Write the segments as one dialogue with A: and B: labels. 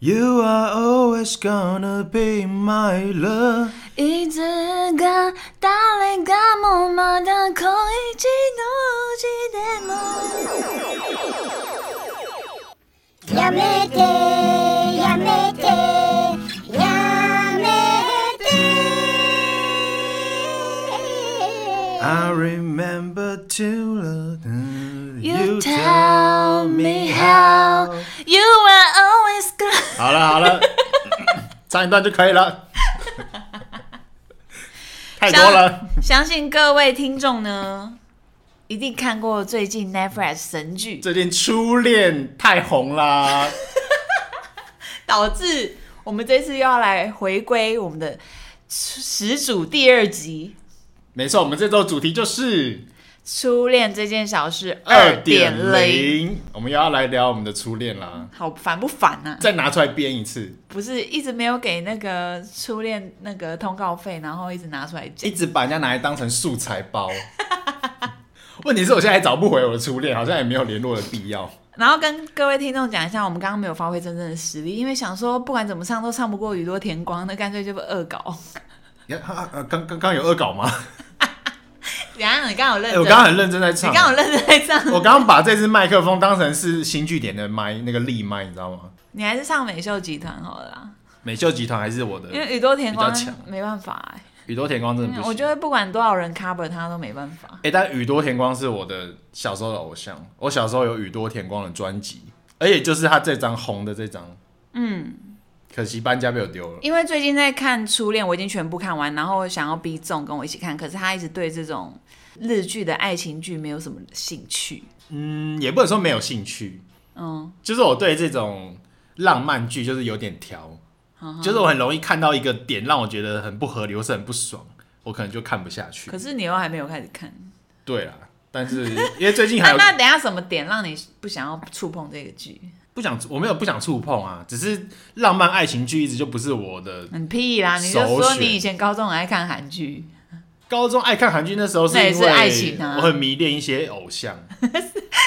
A: You are always gonna be my love。
B: いつか誰かもまだ恋路のうちでもやめてやめてやめて
A: I remember to love
B: You tell me how you are always good
A: 好了好 了，唱一段就可以了。太多了，
B: 相信各位听众呢，一定看过最近 Netflix 神剧，
A: 最近初恋太红啦。
B: 导致我们这次又要来回归我们的始祖第二集
A: 没错，我们这周主题就是
B: 《初恋这件小事二点零》，
A: 2.0，我们又要来聊我们的初恋啦，
B: 好烦不烦啊？
A: 再拿出来编一次，
B: 不是一直没有给那个初恋那个通告费，然后一直拿出来讲
A: 一。直把人家拿来当成素材包。 问题是我现在还找不回我的初恋，好像也没有联络的必要。
B: 然后跟各位听众讲一下，我们刚刚没有发挥真正的实力，因为想说不管怎么唱都唱不过宇多田光，那干脆就恶搞。
A: 呀啊啊刚刚刚有恶搞吗？
B: 怎样？你刚好认
A: 哎、
B: 真，
A: 我刚刚很认真在唱欸
B: 你，刚好认真在唱，
A: 我刚刚把这支麦克风当成是新据点的麦，那个立麦，你知道吗？
B: 你还是唱美秀集团好了啦，
A: 美秀集团还是我的
B: 因，为宇多田光
A: 呃比较强
B: 没办法、欸，
A: 宇多田光真的
B: 嗯
A: 不
B: 我
A: 行。
B: 觉得不管多少人 cover 他都没办法。
A: 哎、但宇多田光是我的小时候的偶像，我小时候有宇多田光的专辑，而且就是他这张红的这张，嗯，可惜搬家被我丢了。
B: 因为最近在看《初恋》，我已经全部看完，然后想要逼仲跟我一起看，可是他一直对这种日剧的爱情剧没有什么兴趣。
A: 嗯，也不能说没有兴趣，
B: 嗯，
A: 就是我对这种浪漫剧就是有点挑，
B: 嗯
A: 就是我很容易看到一个点让我觉得很不合理，或是很不爽，我可能就看不下去
B: 可。是你又还没有开始看，
A: 对啦，但是 因为最近还
B: 那
A: 有
B: 那等一下什么点让你不想要触碰这个剧？
A: 不想，我没有不想触碰啊，只是浪漫爱情剧一直就不是我的。
B: 很屁啦！你就
A: 首
B: 说
A: 选
B: 你以前高中很爱看韩剧，
A: 高中爱看韩剧那时候是
B: 那也
A: 因
B: 是
A: 为
B: 爱情啊
A: 我很迷恋一些偶像，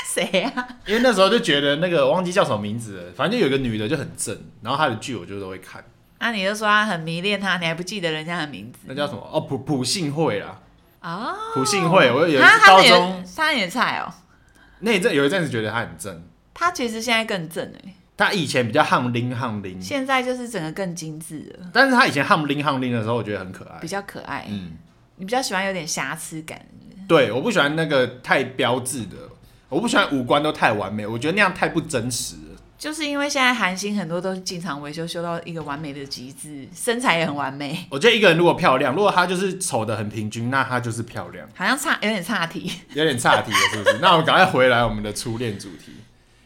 B: 谁啊？
A: 因为那时候就觉得那个忘记叫什么名字了，反正就有一个女的就很正，然后她的剧我就都会看，
B: 那啊你就说他很迷恋他，你还不记得人家的名字
A: 那叫什么？哦，朴朴信惠啦，
B: 啊？
A: 朴信惠，我有一
B: 他
A: 次
B: 他
A: 高
B: 也
A: 中
B: 他也菜哦，
A: 那一阵有一阵子觉得她很正，
B: 他其实现在更正哎、
A: 她以前比较憨拎憨拎，
B: 现在就是整个更精致了，
A: 但是她以前憨拎憨拎的时候，我觉得很可爱
B: 比。较可爱。
A: 嗯，
B: 你比较喜欢有点瑕疵感，
A: 对，我不喜欢那个太标志的，我不喜欢五官都太完美，我觉得那样太不真实了。
B: 就是因为现在韩星很多都是进场维修修到一个完美的极致，身材也很完美，
A: 我觉得一个人如果漂亮，如果她就是丑的很平均，那她就是漂亮。
B: 好像差有点差题。
A: 有点岔题了，是 不是？那我们赶快回来我们的初恋主题。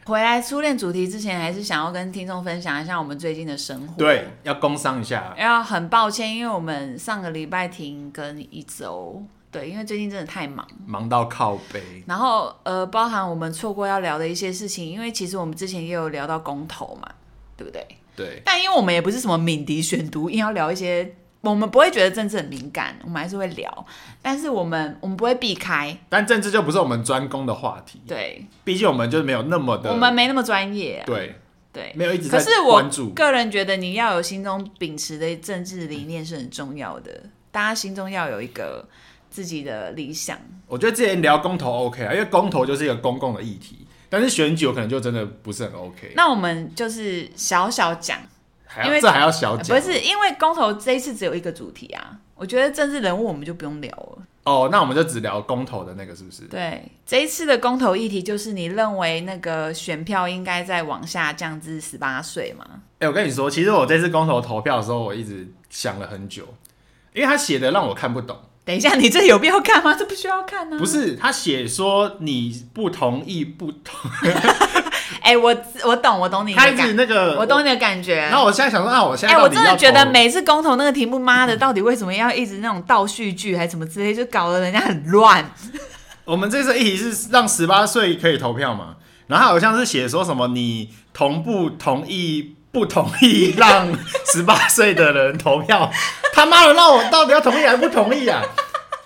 B: 回来初恋主题之前，还是想要跟听众分享一下我们最近的生活。
A: 对，，要工商一下。
B: 要很抱歉，因为我们上个礼拜停更一周，对，因为最近真的太忙。
A: 忙到靠背，
B: 然后呃，包含我们错过要聊的一些事情，因为其实我们之前也有聊到公投嘛，对不对？
A: 对，
B: 但因为我们也不是什么敏迪选读，硬要聊一些，我们不会觉得政治很敏感，我们还是会聊，但是我们我们不会避开，
A: 但政治就不是我们专攻的话题，
B: 对
A: 毕竟我们就没有那么的，
B: 我们没那么专业、啊，
A: 对
B: 对。
A: 没有一直
B: 可
A: 在
B: 是我
A: 关注。
B: 个人觉得，你要有心中秉持的政治理念是很重要的，大家心中要有一个自己的理想。
A: 我觉得之前聊公投 OK 啊，因为公投就是一个公共的议题，但是选举我可能就真的不是很 OK。
B: 那我们就是小小讲，
A: 还
B: 因
A: 要
B: 为
A: 这还要小讲？
B: 不是因为公投这一次只有一个主题啊，我觉得政治人物我们就不用聊了。
A: 哦，那我们就只聊公投的那个，是
B: 哦
A: 不是？
B: 对，这一次的公投议题就是你认为那个选票应该再往下降至十八岁吗？
A: 哎、我跟你说，其实我这次公投投票的时候，我一直想了很久，因为他写的让我看不懂。
B: 等一下，你这有必要看吗？这不需要看呢、啊。
A: 不，是，他写说你不同意不同，
B: 哎、我我懂，我懂你
A: 他
B: 的
A: 一直
B: 感，
A: 那个，
B: 我懂。你的感觉。
A: 然后我现在想说，啊，我现
B: 哎、
A: 在到
B: 我
A: 底
B: 真的
A: 要
B: 觉得
A: 投嗯
B: 每次公投那个题目，妈的，到底为什么要一直那种倒叙句还什么之类，就搞得人家很乱。
A: 我们这次议题是让十八岁可以投票嘛，然后他好像是写说什么你同不同意不同意让十八岁的人投票，他妈的，那我到底要同意还是不同意啊？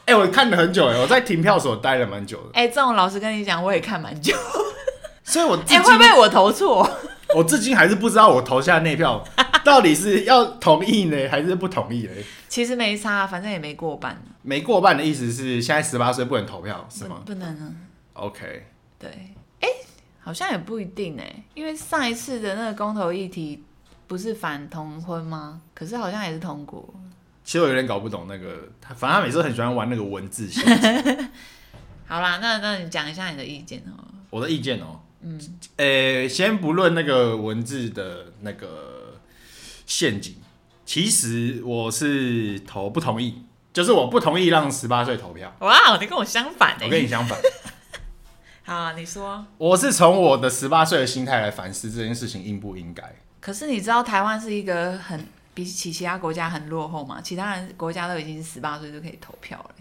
A: 哎、我看了很久哎，我在停票所待了蛮久的，
B: 哎、这种老实跟你讲，我也看蛮久。
A: 所以我至
B: 哎、
A: 今、
B: 会不会我投错？
A: 我至今还是不知道我投下那票到底是要同意呢，还是不同意呢？
B: 其实没差，啊反正也没过半，
A: 没过半的意思是现在十八岁不能投票是
B: 不
A: 吗
B: 不能啊。
A: ？OK，
B: 对，哎、好像也不一定哎、因为上一次的那个公投议题不是反同婚吗？可是好像也是通过。
A: 其实我有点搞不懂那个，他反正他每次很喜欢玩那个文字线。
B: 好啦，那那你讲一下你的意见哦。
A: 我的意见哦，嗯，呃，先不论那个文字的那个陷阱，其实我是投不同意，就是我不同意让十八岁投票。
B: 哇，你跟我相反哎、
A: 我跟你相反，
B: 好啊，你说。
A: 我是从我的十八岁的心态来反思这件事情应不应该。
B: 可是你知道台湾是一个很比起其他国家很落后嘛？其他人国家都已经十八岁就可以投票了、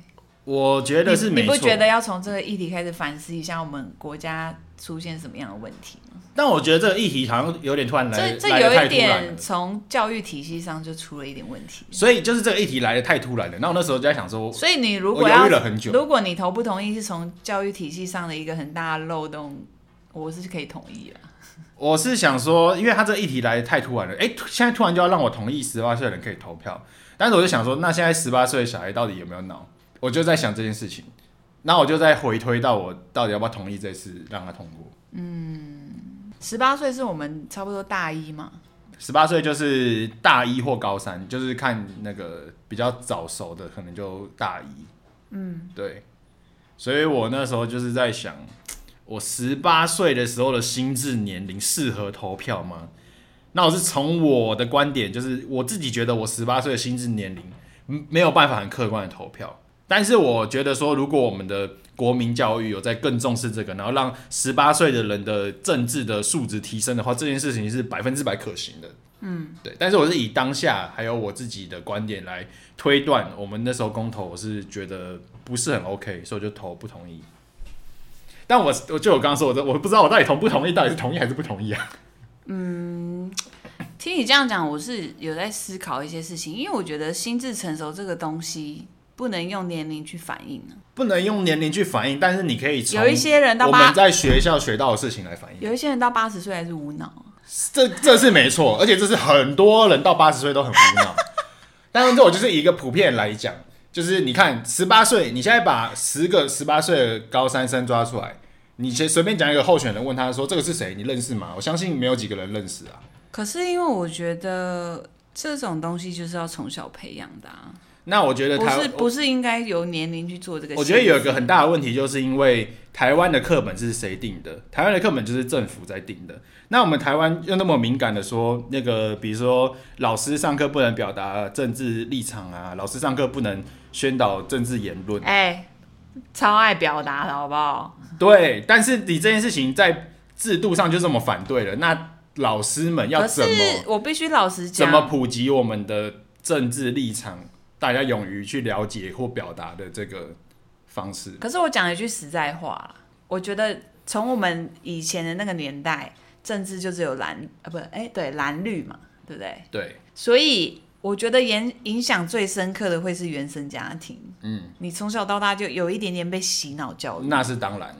A: 我觉得是
B: 你
A: 没
B: 你不
A: 错，
B: 觉得要从这个议题开始反思一下我们国家出现什么样的问题吗？
A: 但我觉得这个议题好像有点突然来，
B: 这这
A: 来得
B: 有
A: 太
B: 一
A: 突然
B: 点
A: 了。
B: 从教育体系上就出了一点问题。
A: 所以就是这个议题来的太突然了。那我那时候就在想说，
B: 所以你如
A: 我
B: 果
A: 犹
B: 要
A: 豫了很久
B: 如果你投不同意是从教育体系上的一个很大的漏洞，我是可以同意啦。
A: 我是想说，因为他这个议题来的太突然了，哎、突现在突然就要让我同意十八岁的人可以投票，但是我就想说，那现在十八岁的小孩到底有没有脑？我就在想这件事情，那我就在回推到我到底要不要同意这次让他通过。
B: 十八岁是我们差不多大一嘛，
A: 十八岁就是大一或高三，就是看那个比较早熟的，可能就大一。嗯，对。所以我那时候就是在想，我十八岁的时候的心智年龄适合投票吗？那我是从我的观点，就是我自己觉得我十八岁的心智年龄嗯没有办法很客观的投票，但是我觉得说，如果我们的国民教育有在更重视这个，然后让十八岁的人的政治的素质提升的话，这件事情是百分之百可行的。嗯，对。但是我是以当下还有我自己的观点来推断，我们那时候公投，我是觉得不是很 OK，所以我就投不同意。但我我就我刚刚说，我我不知道我到底同不同意，到底是同意还是不同意啊？
B: 听你这样讲，我是有在思考一些事情，因为我觉得心智成熟这个东西不能用年龄去反映啊
A: 不能用年龄去反映，但是你可以从
B: 有一些人到
A: 我
B: 八
A: 们，在学校学到的事情来反映。
B: 有一些人到八十岁还是无脑啊。
A: 这这是没错，而且这是很多人到八十岁都很无 脑。但是这我就是以一个普遍来讲，就是你看十八岁，你现在把十个十八岁的高三生抓出来，你先随便讲一个候选人，问他说这个是谁，你认识吗？我相信没有几个人认识啊。
B: 可是因为我觉得这种东西就是要从小培养的、啊，
A: 那我觉得
B: 不
A: 台
B: 是不是应该由年龄去做这个限制。
A: 我觉得有一个很大的问题，就是因为台湾的课本是谁定的？台湾的课本就是政府在定的。那我们台湾又那么敏感的说，那个比如说老师上课不能表达政治立场啊，老师上课不能宣导政治言论。
B: 哎、超爱表达的好不好？
A: 对，但是你这件事情在制度上就这么反对了，那老师们要
B: 可
A: 怎
B: 是
A: 么
B: 我必须老实
A: 怎么
B: 讲，
A: 普及我们的政治立场，大家勇于去了解或表达的这个方式？
B: 可是我讲一句实在话啦，我觉得从我们以前的那个年代，政治就只有蓝啊，不，哎、对，蓝绿嘛，对不对？
A: 对，
B: 所以我觉得影影响最深刻的会是原生家庭。嗯，你从小到大就有一点点被洗脑教育。
A: 那是当然。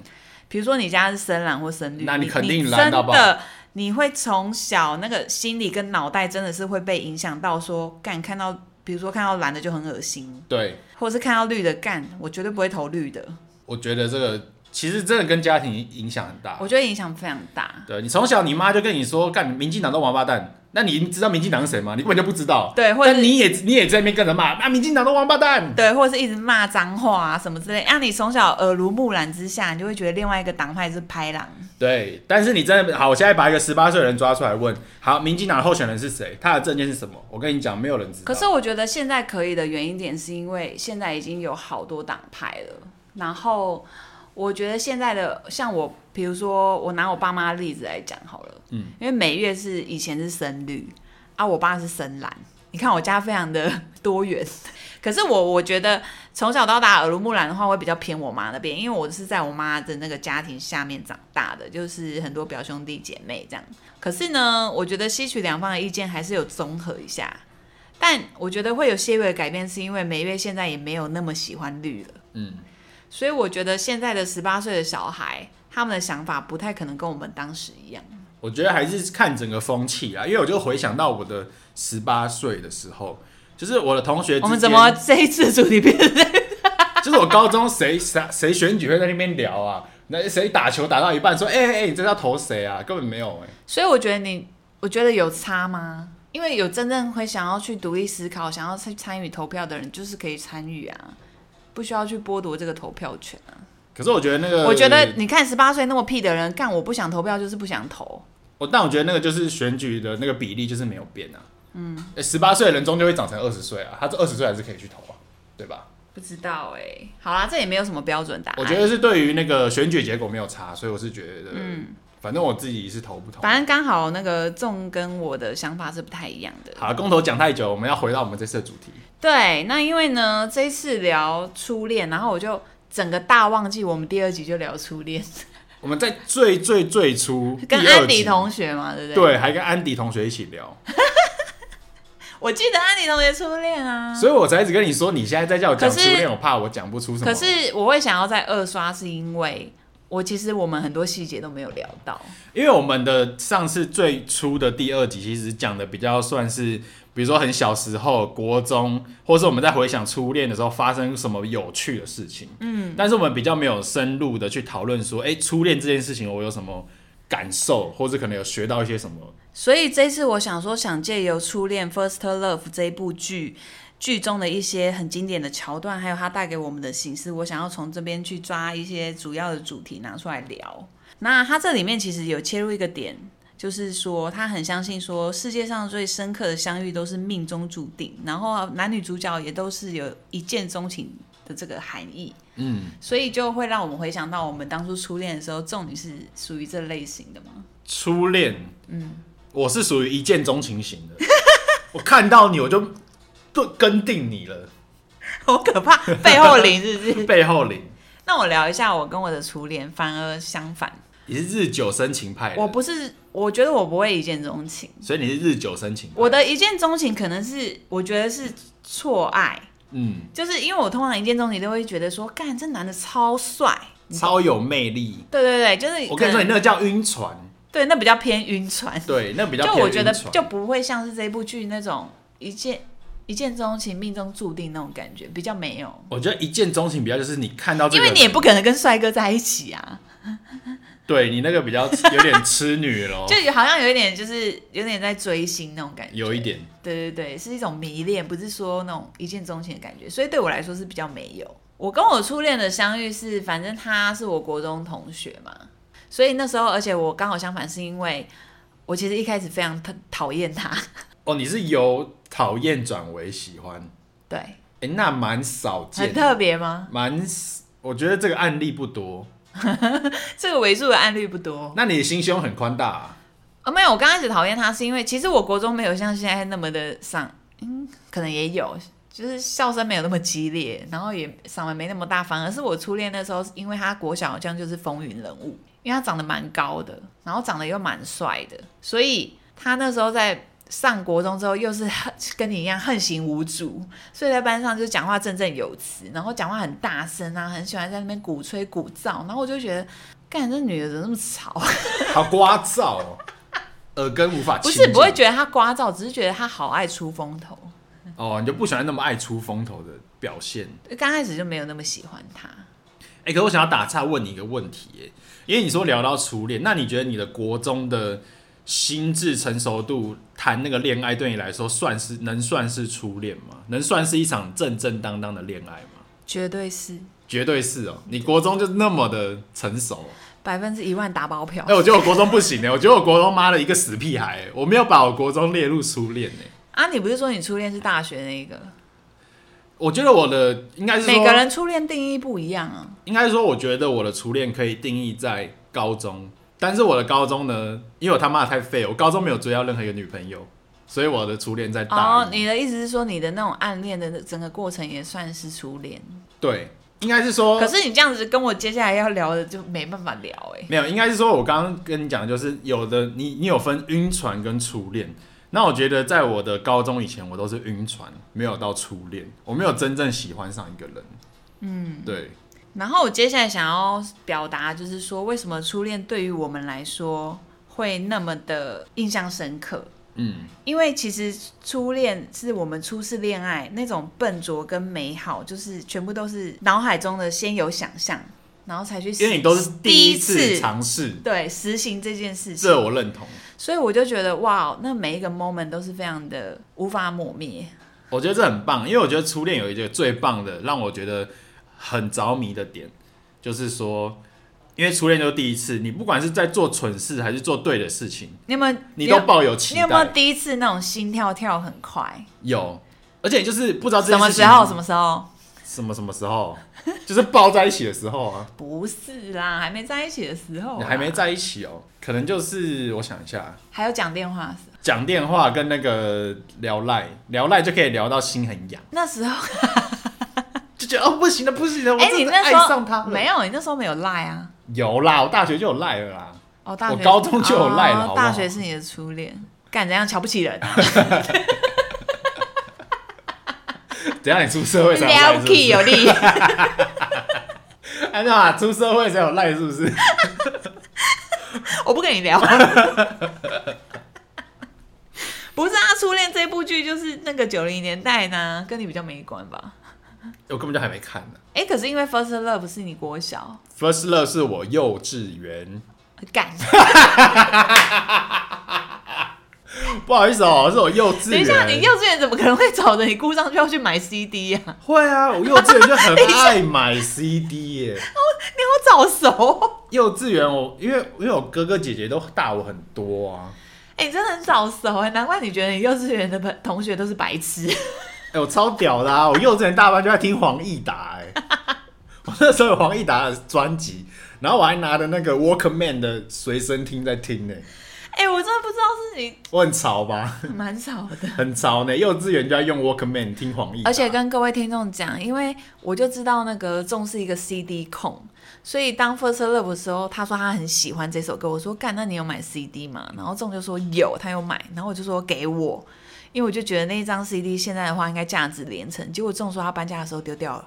B: 比如说你家是深蓝或深绿，
A: 那你
B: 你
A: 肯定
B: 你
A: 蓝
B: 真
A: 到爆
B: 的，你会从小那个心理跟脑袋真的是会被影响到说干看到，比如说看到蓝的就很恶心，
A: 对，
B: 或者是看到绿的干，我绝对不会投绿的。
A: 我觉得这个其实真的跟家庭影响很大。
B: 我觉得影响非常大。
A: 对你从小你妈就跟你说，干民进党都王八蛋，那你知道民进党是谁吗？你根本就不知道。
B: 对，或者
A: 但
B: 是
A: 你也你也在那边跟着骂，那、民进党都王八蛋。
B: 对，或者是一直骂脏话啊什么之类。让、你从小耳濡目染之下，你就会觉得另外一个党派是拍狼。
A: 对，但是你真的好，我现在把一个十八岁的人抓出来问，好，民进党的候选人是谁？他的证件是什么？我跟你讲，没有人知道。
B: 可是我觉得现在可以的原因点是因为现在已经有好多党派了，然后我觉得现在的像我，比如说我拿我爸妈的例子来讲好了，嗯，因为每月是以前是深绿啊，我爸是深蓝，你看我家非常的多元。 可是我我觉得从小到大耳濡目染的话，会比较偏我妈那边，因为我是在我妈的那个家庭下面长大的，就是很多表兄弟姐妹这样。可是呢，我觉得吸取两方的意见还是有综合一下，但我觉得会有些微的改变，是因为梅月现在也没有那么喜欢绿了。
A: 嗯，
B: 所以我觉得现在的十八岁的小孩，他们的想法不太可能跟我们当时一样。
A: 我觉得还是看整个风气啊，因为我就回想到我的十八岁的时候，就是我的同学之间，
B: 我们怎么这一次主题 变成这样？
A: 就是我高中谁谁谁选举会在那边聊啊？那谁打球打到一半说，哎、哎、哎，你这是要投谁啊？根本没有哎、
B: 所以我觉得你，我觉得有差吗？因为有真正会想要去独立思考、想要去参与投票的人，就是可以参与啊，不需要去剥夺这个投票权啊。
A: 可是我觉得那个，
B: 我觉得你看十八岁那么屁的人，干我不想投票就是不想投。
A: 我，但我觉得那个就是选举的那个比例就是没有变啊。嗯，十八岁的人终究会长成二十岁啊，他这二十岁还是可以去投啊，对吧？
B: 不知道哎、好啦，这也没有什么标准答案。
A: 欸我觉得是对于那个选举结果没有差，所以我是觉得，反正我自己是投不投。
B: 嗯反正刚好那个众跟我的想法是不太一样的。
A: 好，公投讲太久，我们要回到我们这次的主题。
B: 对，那因为呢，这一次聊初恋，然后我就整个大忘记我们第二集就聊 初恋，
A: 我们在最最最初
B: 跟
A: 第二
B: 安迪
A: 集
B: 同学嘛，对不对？，
A: 对，还跟安迪同学一起聊，
B: 我记得安迪同学初恋啊。
A: 所以我才一直跟你说，你现在在叫我讲
B: 可
A: 初
B: 是
A: 恋，我怕我讲不出什么。
B: 可是我会想要再二刷，是因为我其实我们很多细节都没有聊到。
A: 因为我们的上次最初的第二集，其实讲的比较算是，比如说很小时候、国中，或是我们在回想初恋的时候发生什么有趣的事情。嗯，但是我们比较没有深入的去讨论说，哎、初恋这件事情我有什么感受，或者可能有学到一些什么。
B: 所以这次我想说，想借由《初恋 First Love》这一部剧剧中的一些很经典的桥段，还有它带给我们的形式，我想要从这边去抓一些主要的主题拿出来聊。那它这里面其实有切入一个点，就是说他很相信说世界上最深刻的相遇都是命中注定，然后男女主角也都是有一见钟情的这个含义。嗯，所以就会让我们回想到我们当初初恋的时候，仲女是属于这类型的吗？
A: 初恋，嗯，我是属于一见钟情型 的，我看到你我就就跟定你了，
B: 好可怕，背后灵是不是？
A: 背后领
B: 那我聊一下我跟我的初恋，反而相反，
A: 你是日久生情派的，
B: 我不是，我觉得我不会一见钟情，
A: 所以你是日久生情派。
B: 我的一见钟情可能是我觉得是错爱，
A: 嗯，
B: 就是因为我通常一见钟情都会觉得说，干这男的超帅，
A: 超有魅力。
B: 对对对，就是
A: 我跟你说，
B: 可
A: 你
B: 能
A: 那个叫晕船，
B: 对，那比较偏晕船，
A: 对，那比较
B: 就
A: 偏
B: 我觉得
A: 晕船
B: 就不会像是这部剧那种一见一见钟情命中注定那种感觉，比较没有，
A: 我觉得一见钟情比较就是你看到这
B: 因
A: 个
B: 为
A: 人，
B: 你也不可能跟帅哥在一起啊，
A: 对你那个比较有点痴女咯，
B: 就好像有一点，就是有点在追星那种感觉，
A: 有一。点。
B: 对对对，是一种迷恋，不是说那种一见钟情的感觉，所以对我来说是比较没有。我跟我初恋的相遇是，反正他是我国中同学嘛，所以那时候，而且我刚好相反，是因为我其实一开始非常讨讨厌他，
A: 哦，你是由讨厌转为喜欢，
B: 对，
A: 哎，那蛮少
B: 很
A: 见的，
B: 特别吗？
A: 蛮，我觉得这个案例不多。
B: 这个为数的案例不多。
A: 那你的心胸很宽大、啊，
B: 啊，没有，我刚开始讨厌他是因为，其实我国中没有像现在那么的上，嗯，可能也有，就是笑声没有那么激烈，然后也嗓门没那么大，反而是我初恋那时候，因为他国小好像就是风云人物，因为他长得蛮高的，然后长得又蛮帅的，所以他那时候在。上国中之后，又是恨跟你一样横行无阻，所以在班上就讲话振振有词，然后讲话很大声啊，很喜欢在那边鼓吹鼓噪，然后我就觉得，干这女的怎么那么吵啊
A: 好聒噪、 哦，耳根无法
B: 不
A: 亲
B: 是
A: 近。
B: 不会觉得他聒噪，只是觉得他好爱出风头。
A: 哦，你就不喜欢那么爱出风头的表现。
B: 刚开始就没有那么喜欢他。
A: 哎、可是我想要打岔问你一个问题、欸，因为你说聊到初恋，那你觉得你的国中的心智成熟度谈那个恋爱，对你来说算是能算是初恋吗？能算是一场正正当当的恋爱吗？
B: 绝对是
A: 绝对是哦、你国中就那么的成熟、哦
B: 百分之一万打包票
A: 哎、。我觉得我国中不行哎、我觉得我国中妈的一个死屁孩、欸，我没有把我国中列入初恋哎、
B: 啊，你不是说你初恋是大学那个？
A: 我觉得我的应该是说
B: 每个人初恋定义不一样啊。
A: 应该说，我觉得我的初恋可以定义在高中，但是我的高中呢，因为我他妈的太废，我高中没有追到任何一个女朋友，所以我的初恋在大
B: 哦，
A: 一。
B: 你的意思是说你的那种暗恋的整个过程也算是初恋？
A: 对，应该是说
B: 可是你这样子跟我接下来要聊的就没办法聊哎、
A: 没有，应该是说我刚刚跟你讲，的就是有的你你有分晕船跟初恋。那我觉得在我的高中以前，我都是晕船，没有到初恋，我没有真正喜欢上一个人。嗯，对，
B: 然后我接下来想要表达就是说，为什么初恋对于我们来说会那么的印象深刻。
A: 嗯，
B: 因为其实初恋是我们初次恋爱那种笨拙跟美好，就是全部都是脑海中的先有想象，然后才去实，
A: 因为你都是第
B: 一
A: 次尝试，
B: 对实行这件事情
A: 这，我认同。
B: 所以我就觉得哇，那每一个 moment 都是非常的无法抹灭。
A: 我觉得这很棒，因为我觉得初恋有一个最棒的，让我觉得很着迷的点，就是说，因为初恋就是第一次，你不管是在做蠢事还是做对的事情，
B: 你有没有？
A: 你都
B: 有
A: 抱有期
B: 你有没有
A: 待。
B: 第一次那种心跳跳很快？
A: 有，而且就是不知道这
B: 什
A: 件
B: 么
A: 事
B: 时
A: 情
B: 候？什么时候？
A: 什么什么时候，就是抱在一起的时候 啊，
B: 不是啦，还没在一起的时候啊，
A: 你还没在一起哦，可能就是我想一下，
B: 还有讲电话的时候，
A: 讲电话跟那个聊赖聊赖就可以聊到心很痒，
B: 那时候
A: 就觉得哦不行了不行了，我
B: 哎、你
A: 真的
B: 那
A: 爱
B: 时候
A: 上他了。
B: 没有？你那时候没有赖啊？
A: 有啦，我大学就有赖了啦。
B: 哦，大学
A: 我高中就有赖了好不好
B: 大学是你的初恋，干怎样瞧不起 人？
A: 等一下你出社会才有赖是不
B: lucky
A: 是？
B: 有力，
A: 哎那出社会才有赖是不是？
B: 我不跟你聊。 不是啊，初恋这部剧就是那个九零年代呢，跟你比较没关吧？
A: 我根本就还没看呢。
B: 哎、可是因为 First Love 是你国小，
A: First Love 是我幼稚园，
B: 干，
A: 啊不好意思哦，是我幼稚园。
B: 等一下，你幼稚园怎么可能会找着你姑丈就要去买 CD 呀、啊？
A: 会啊？我幼稚园就很爱 买 CD 耶、
B: 你好早熟，哦
A: 幼稚园我因为因为我哥哥姐姐都大我很多啊，
B: 哎、你真的很早熟哎，难怪你觉得你幼稚园的朋同学都是白痴。
A: 哎、我超屌的啊！我幼稚园大班就在听黄义达、哎，我那时候有黄义达的专辑，然后我还拿着那个 Walkman 的随身听在听呢、哎
B: 哎、我真的不知道是你，
A: 我很潮吧？
B: 蛮少的。
A: 很潮呢、幼稚园就在用 Walkman 听黄义达，
B: 而且跟各位听众讲，因为我就知道那个重是一个 CD 控，所以当 First Love 的时候，他说他很喜欢这首歌，我说干，那你有买 CD 吗？然后仲就说有，他有买，然后我就说给我，因为我就觉得那一张 CD 现在的话应该价值连城，结果仲说他搬家的时候丢掉了，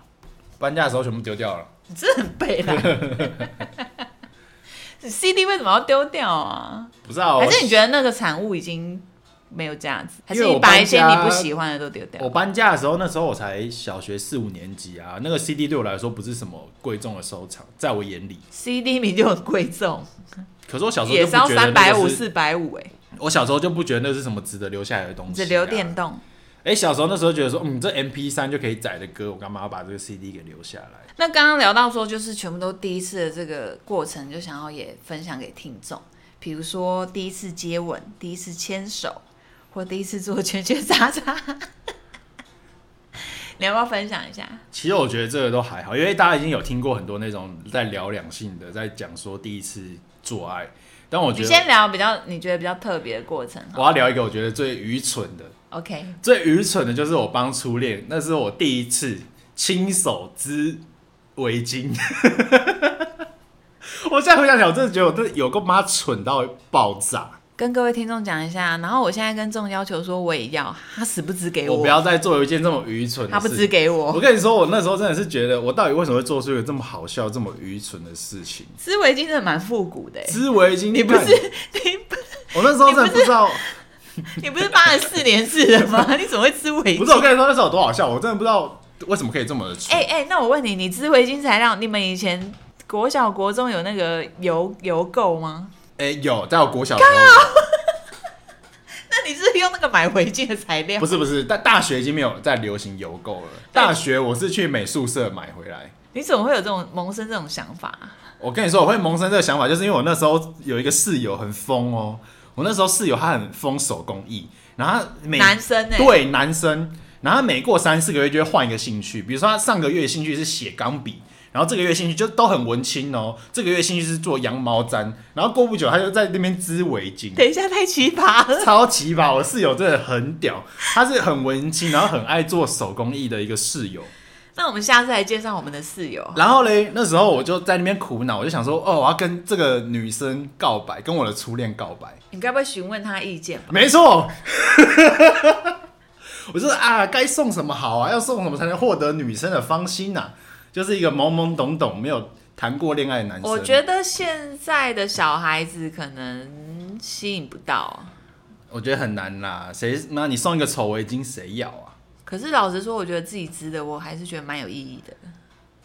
A: 搬家的时候全部丢掉了。
B: 你真的很背啦。CD 为什么要丢掉啊？
A: 不是啊，我
B: 还是你觉得那个产物已经没有价值？还
A: 因
B: 是
A: 为我
B: 你把一些
A: 搬
B: 你
A: 家
B: 不喜欢的都丢掉？
A: 我搬家的时候，那时候我才小学四五年级啊，那个 CD 对我来说不是什么贵重的收藏，在我眼里。
B: CD 名就很贵重，
A: 可是我小时候
B: 也
A: 就不
B: 是要
A: 觉得
B: 三
A: 那
B: 百
A: 个
B: 五、
A: 是
B: 四百五哎，
A: 我小时候就不觉得那是什么值得留下来的东西、啊，
B: 只留电动。
A: 哎、小时候那时候觉得说，嗯，这 M P 三就可以载的歌，我干嘛要把这个 C D 给留下来？
B: 那刚刚聊到说，就是全部都第一次的这个过程，就想要也分享给听众，比如说第一次接吻、第一次牵手，或第一次做圈圈叉叉， 你要不要分享一下？
A: 其实我觉得这个都还好，因为大家已经有听过很多那种在聊两性的，在讲说第一次做爱。但我
B: 你
A: 觉得
B: 先聊比较你觉得比较特别的过程
A: 我要
B: 好
A: 聊一个我觉得最愚蠢的，
B: ，OK，
A: 最愚蠢的就是我帮初恋，那是我第一次亲手织围巾。 我现在回想起来，我真的觉得我这有个妈蠢到爆炸！
B: 跟各位听众讲一下。然后我现在跟众要求说我也要，他死不只给
A: 我不要再做一件这么愚蠢的事情。
B: 哎他不只给
A: 我
B: 我，
A: 跟你说，我那时候真的是觉得，我到底为什么会做出一个这么好笑、这么愚蠢的事情？
B: 织围巾真的蛮复古的、欸。
A: 织围巾，
B: 你不
A: 看
B: 是你不
A: 我那时候真的不知道，
B: 你不是八十四年制的吗？ 你怎么会织围
A: 不是我
B: 巾？
A: 跟你说那时候有多好笑，我真的不知道为什么可以这么的蠢。
B: 哎哎、那我问你，你织围巾材料，你们以前国小国中有那个邮邮购吗？
A: 哎、有，在我国小的时候，
B: 那你是用那个买围巾的材料
A: 不？是不是，但大学已经没有在流行邮购了。大学我是去美术社买回来。
B: 你怎么会有这种萌生这种想法啊？
A: 我跟你说，我会萌生这个想法，就是因为我那时候有一个室友很疯哦。我那时候室友他很疯手工艺，然后他每
B: 男生哎、
A: 对男生，然后他每过三四个月就会换一个兴趣，比如说他上个月的兴趣是写钢笔，然后这个月兴趣就都很文青哦，这个月兴趣是做羊毛毡，然后过不久他就在那边织围巾。
B: 等一下太奇葩了。
A: 超奇葩！我室友真的很屌，他是很文青，然后很爱做手工艺的一个室友。
B: 那我们下次来介绍我们的室友。
A: 然后嘞，那时候我就在那边苦恼，我就想说，哦，我要跟这个女生告白，跟我的初恋告白。
B: 你该不会询问他意见吧？
A: 没错， 我就是啊，该送什么好啊？要送什么才能获得女生的芳心呐、啊？就是一个懵懵懂懂、没有谈过恋爱的男生。
B: 我觉得现在的小孩子可能人吸引不到啊。
A: 我觉得很难啦。谁妈你送一个丑围巾谁要啊？
B: 可是老实说，我觉得自己织的，我还是觉得蛮有意义的，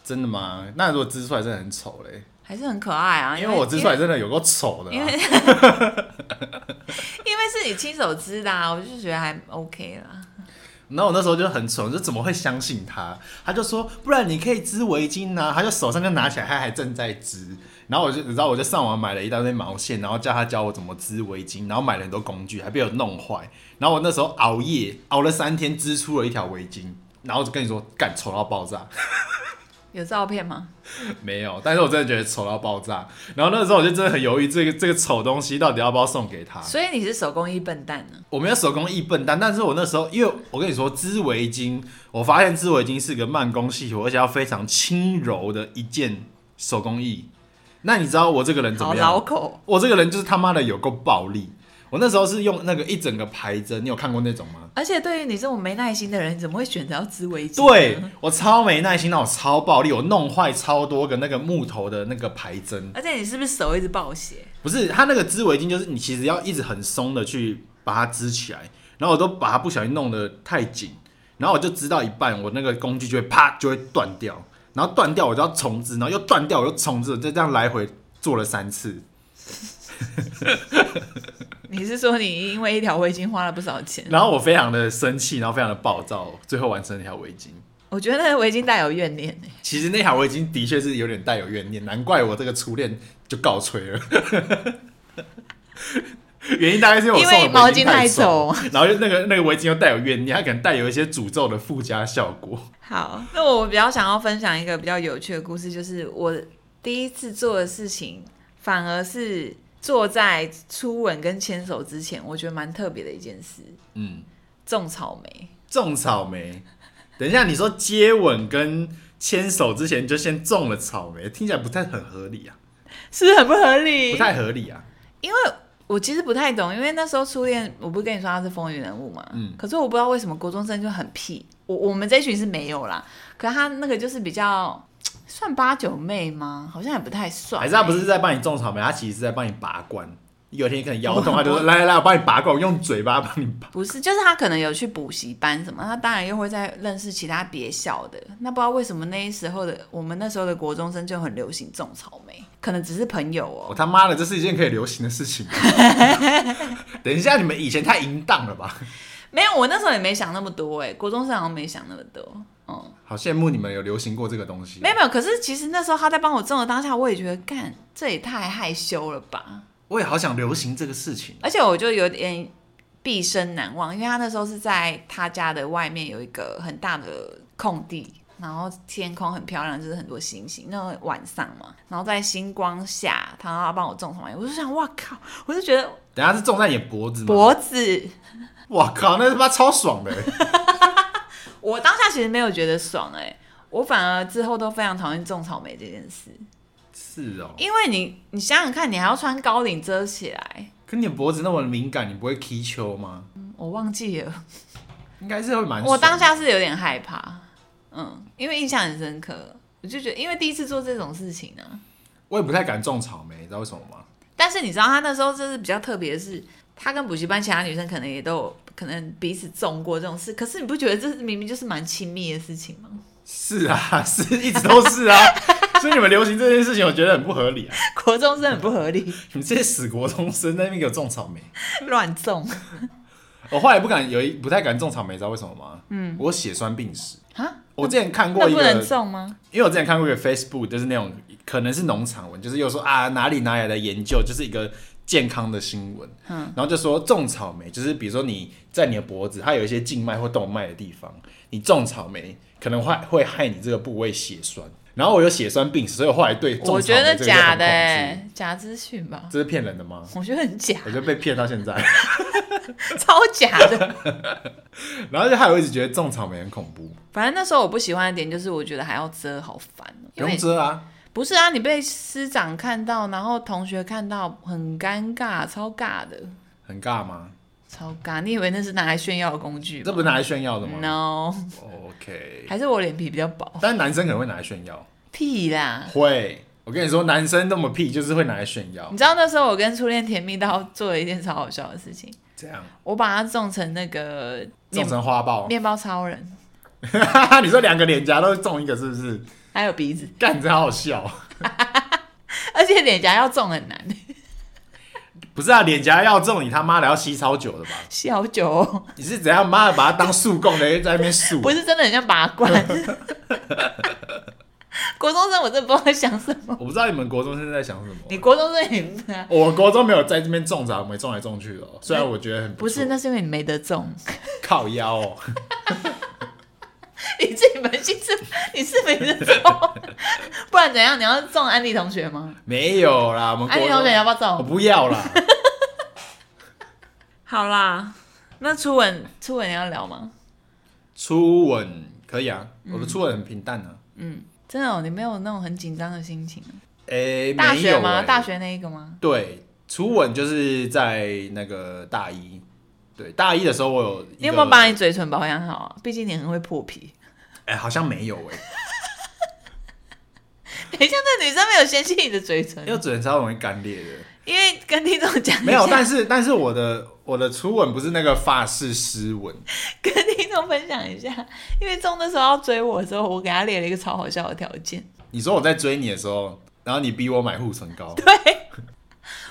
A: 真的吗？那如果织出来真的很丑嘞，
B: 还是很可爱啊。
A: 因为
B: 为
A: 我织出来真的有够丑的啊啦
B: 因为。 因为是你亲手织的、啊，我就觉得还 OK 啦。
A: 然后我那时候就很蠢，我就怎么会相信他？他就说，不然你可以织围巾呐、啊。他就手上就拿起来，他还正在织。然后我就，你知道，我就上网买了一大堆毛线，然后叫他教我怎么织围巾，然后买了很多工具，还被我弄坏。然后我那时候熬夜熬了三天，织出了一条围巾。然后我就跟你说，干丑到爆炸，
B: 有照片吗？
A: 没有，但是我真的觉得丑到爆炸。然后那时候我就真的很犹豫，这个这个丑东西到底要不要送给他？
B: 所以你是手工艺笨蛋呢？
A: 我没有手工艺笨蛋，但是我那时候，因为我跟你说织围巾，我发现织围巾是个慢工细活，而且要非常轻柔的一件手工艺。那你知道我这个人怎
B: 好
A: 么
B: 老
A: 样？
B: 口，
A: 我这个人就是他妈的有够暴力。我那时候是用那个一整个排针，你有看过那种吗？
B: 而且对于你这种没耐心的人，你怎么会选择要织围巾？
A: 对，我超没耐心，那我超暴力，我弄坏超多个那个木头的那个排针。
B: 而且你是不是手一直爆血？
A: 不是，它那个织围巾就是你其实要一直很松的去把它织起来，然后我都把它不小心弄得太紧，然后我就织到一半，我那个工具就会啪就会断掉，然后断掉我就要重织，然后又断掉我又重织，就这样来回做了三次。
B: 你是说你因为一条围巾花了不少钱？
A: 然后我非常的生气，然后非常的暴躁，最后完成了一条围巾。
B: 我觉得那个围巾带有怨念呢、
A: 其实那条围巾的确是有点带有怨念，难怪我这个初恋就告吹了。 原因大概是因为我
B: 因
A: 送的
B: 为毛
A: 围
B: 巾
A: 巾太
B: 太
A: 丑，
B: 丑
A: 然后又那个那个围巾又带有怨念，它可能带有一些诅咒的附加效果。
B: 好，那我比较想要分享一个比较有趣的故事，就是我第一次做的事情，反而是坐在初吻跟牵手之前，我觉得蛮特别的一件事，
A: 嗯，
B: 种草莓。
A: 种草莓。等一下，你说接吻跟牵手之前就先种了草莓，听起来不太很合理啊，
B: 是不是很不合理？
A: 不太合理啊。
B: 因为我其实不太懂，因为那时候初恋，我不是跟你说他是风云人物嘛，
A: 嗯
B: 可是我不知道为什么国中生就很屁，我我们这群是没有啦，可他那个就是比较算八九妹吗？好像也不太算，
A: 还是他不是在帮你种草莓，他其实是在帮你拔罐。有一天你可能腰痛，他就 说：“来来来，我帮你拔罐，我用嘴巴帮你拔。
B: 不是，就是他可能有去补习班什么，他当然又会再认识其他别校的。那不知道为什么那时候的我们那时候的国中生就很流行种草莓，可能只是朋友
A: 我
B: 哦。
A: 他妈的，这是一件可以流行的事 情吗。等一下，你们以前太淫荡了吧？
B: 没有，我那时候也没想那么多哎，国中生好像没想那么多。嗯，
A: 好羡慕你们有流行过这个东西。
B: 没有没有。可是其实那时候他在帮我种的当下，我也觉得干这也太害羞了吧。
A: 我也好想流行这个事情。
B: 而且我就有点毕生难忘，因为他那时候是在他家的外面有一个很大的空地，然后天空很漂亮，就是很多星星。那个晚上嘛，然后在星光下，他要帮我种草莓，我就想，哇靠！我就觉得
A: 等一下是种在你的脖子吗？
B: 脖子，
A: 我靠，那他妈超爽的！欸
B: 我当下其实没有觉得爽哎、我反而之后都非常讨厌种草莓这件事，
A: 是哦，
B: 因为你你想想看，你还要穿高领遮起来，
A: 可你的脖子那么敏感，你不会踢球吗？
B: 我忘记了，
A: 应该是会蛮爽的。
B: 我当下是有点害怕，嗯，因为印象很深刻，我就觉得因为第一次做这种事情呢、啊
A: 我也不太敢种草莓，你知道为什么吗？
B: 但是你知道他那时候就是比较特别的是，他跟补习班其他女生可能也都有可能彼此中过这种事，可是你不觉得这是明明就是蛮亲密的事情吗？
A: 是啊， 是一直都是啊。 所以你们流行这件事情，我觉得很不合理啊！
B: 国中生很不合理，
A: 你们这些死国中生在那边给我种草莓，
B: 乱 种
A: 我后来不敢有一不太敢种草莓，你知道为什么吗？嗯，我有血栓病史。
B: 啊，
A: 我之前看过
B: 那
A: 一
B: 不
A: 个，
B: 能种吗？
A: 因为我之前看过一个 Facebook，就是那种可能是农场文，就是又说啊哪里哪里来的研究，就是一个健康的新闻。
B: 嗯，
A: 然后就说种草莓，就是比如说你在你的脖子，它有一些静脉或动脉的地方，你种草莓可能会会害你这个部位血栓。然后我有血栓病史，所以我后来对种
B: 我
A: 草
B: 觉
A: 莓
B: 得
A: 这个就很
B: 假
A: 恐
B: 的、
A: 惧。
B: 欸，假资讯吧，
A: 这是骗人的吗？
B: 我觉得很假，
A: 我就被骗到现在，
B: 超假的。
A: 然后就害我一直觉得种草莓很恐怖，
B: 反正那时候我不喜欢的点就是，我觉得还要遮，好烦哦、
A: 不
B: 因为
A: 用遮啊。
B: 不是啊，你被师长看到，然后同学看到，很尴尬，超尬的，
A: 很尬吗？
B: 超尬。你以为那是拿来炫耀的工具
A: 这
B: 吗
A: 不是拿来炫耀的吗、
B: ？No，
A: o k
B: 还是我脸皮比较薄。
A: 但是男生可能会拿来炫耀，
B: 屁啦，
A: 会，我跟你说，男生那么屁，就是会拿来炫耀
B: 你。知道那时候我跟初恋甜蜜到做了一件超好笑的事情，
A: 这样
B: 我把它种成那个
A: 种
B: 面
A: 成花豹，
B: 面包超人，
A: 你说两个脸颊都中一个，是不是？
B: 还有鼻子，
A: 干，你真好笑。
B: 而且脸颊要种很难，
A: 不是啊，脸颊要中，你他妈的要吸超久的吧？
B: 小酒哦
A: 你是怎样妈的把它当树供的在那边树？
B: 不是真的很像拔 罐。国中生我真的不知道在想什么，
A: 我不知道你们国中生在想什么。
B: 你国中生也不
A: 我国中没有在这边种草莓种来种去的哦、虽然我觉得很
B: 不是，
A: 错
B: 那是因为你没得种，
A: 靠腰哦、
B: 你自己扪心自，你是没得种， 不然怎样？你要种安利同学吗？
A: 没有啦，我们
B: 安利
A: 国
B: 啊同学你要
A: 中
B: 不要
A: 我不要
B: 种？
A: 啦，
B: 好啦，那初吻初吻你要聊吗？
A: 初吻可以啊，我
B: 嗯
A: 的初吻很平淡啊。
B: 真的、哦，你没有那种很紧张的心情、啊。
A: 诶、
B: 大
A: 没有
B: 学吗？
A: 欸
B: 大学那一个吗？
A: 对，初吻就是在那个大一，对大一的时候我有一个，
B: 你有没有把你嘴唇保养好啊？毕竟你很会破皮。
A: 哎、好像没有哎、
B: 等一下，那女生没有嫌弃你的嘴唇，
A: 因为嘴唇超容易干裂的。
B: 因为跟听众讲一下
A: 没有，但是但是我的我的初吻不是那个法式湿吻，
B: 跟听众分享一下，因为钟那时候要追我的时候，我给他列了一个超好笑的条件，
A: 你说我在追你的时候，然后你逼我买护唇膏，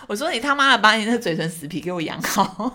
B: 我说你他妈的把你那嘴唇死皮给我养好，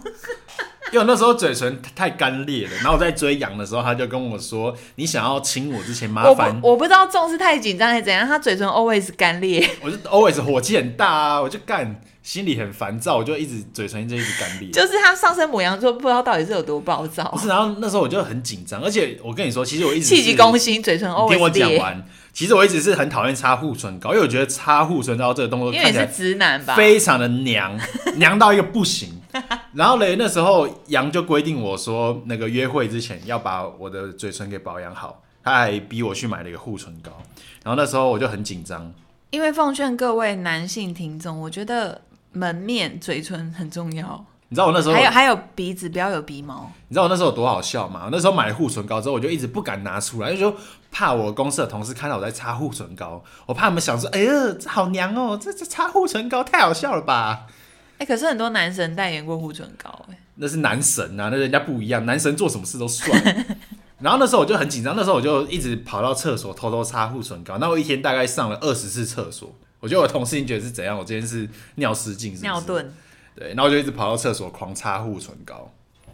A: 因为我那时候嘴唇太干裂了，然后我在追羊的时候，他就跟我说，你想要亲我之前，麻
B: 我
A: 烦
B: 不我不知道钟是太紧张还是怎样，他嘴唇 always 干裂，
A: 我就 always 火气很大啊，我就干，心里很烦躁，我就一直嘴唇就一直干裂。
B: 就是他上升母羊座，不知道到底是有多暴
A: 不
B: 躁，
A: 是，然后那时候我就很紧张，而且我跟你说，其实我一直
B: 气急
A: 是
B: 攻心，嘴唇
A: 你听我
B: always
A: 讲
B: 裂，
A: 完，其实我一直是很讨厌擦护唇膏，因为我觉得擦护唇膏这个动作
B: 因为
A: 看
B: 你
A: 起
B: 是
A: 来
B: 直男吧？
A: 非常的娘，娘到一个不 行。然后嘞，那时候杨就规定我说，那个约会之前要把我的嘴唇给保养好，他还逼我去买了一个护唇膏。然后那时候我就很紧张，
B: 因为奉劝各位男性听众，我觉得门面、嘴唇很重要，
A: 你知道我那时候，
B: 还有还有鼻子，不要有鼻毛。
A: 你知道我那时候有多好笑吗？我那时候买了护唇膏之后，我就一直不敢拿出来，就说怕我公司的同事看到我在擦护唇膏，我怕他们想说，哎呀，这好娘哦，这这擦护唇膏太好笑了吧。
B: 哎、可是很多男神代言过护唇膏、哎，
A: 那是男神啊，那人家不一样，男神做什么事都帅。 然后那时候我就很紧张，那时候我就一直跑到厕所偷偷擦护唇膏，那我一天大概上了二十次厕所。我觉得我同事已经觉得是怎样，我今天是尿失禁是不是
B: 尿。遁。
A: 对，然后我就一直跑到厕所狂擦护唇膏，